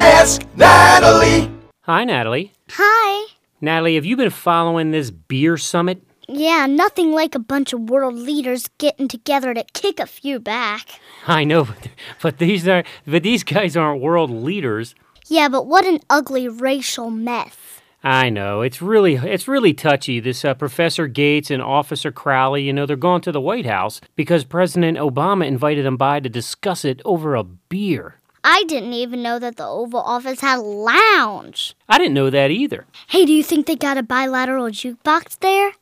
Ask Natalie. Hi, Natalie. Hi. Natalie, have you been following this beer summit? Yeah, nothing like a bunch of world leaders getting together to kick a few back. I know, but, but these are but these guys aren't world leaders. Yeah, but what an ugly racial mess. I know it's really it's really touchy. This uh, Professor Gates and Officer Crowley, you know, they're going to the White House because President Obama invited them by to discuss it over a beer. I didn't even know that the Oval Office had a lounge. I didn't know that either. Hey, do you think they got a bilateral jukebox there?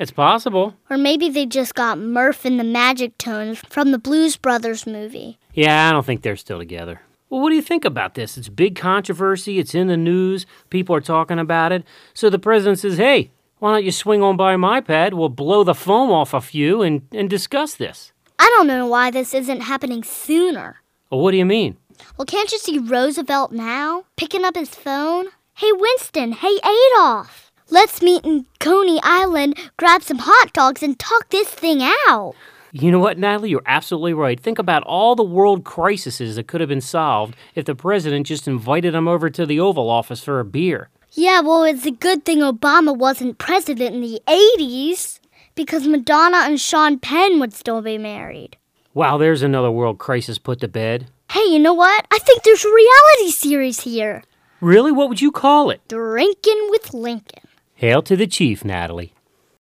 It's possible. Or maybe they just got Murph and the Magic Tones from the Blues Brothers movie. Yeah, I don't think they're still together. Well, what do you think about this? It's big controversy. It's in the news. People are talking about it. So the president says, "Hey, why don't you swing on by my pad? We'll blow the foam off a few and and discuss this." I don't know why this isn't happening sooner. Well, what do you mean? Well, can't you see Roosevelt now? Picking up his phone? Hey, Winston. Hey, Adolf. Let's meet in Coney Island, grab some hot dogs, and talk this thing out. You know what, Natalie? You're absolutely right. Think about all the world crises that could have been solved if the president just invited them over to the Oval Office for a beer. Yeah, well, it's a good thing Obama wasn't president in the 80s because Madonna and Sean Penn would still be married. Wow, there's another world crisis put to bed. Hey, you know what? I think there's a reality series here Really? What would you call it? Drinking with Lincoln. Hail to the chief, Natalie.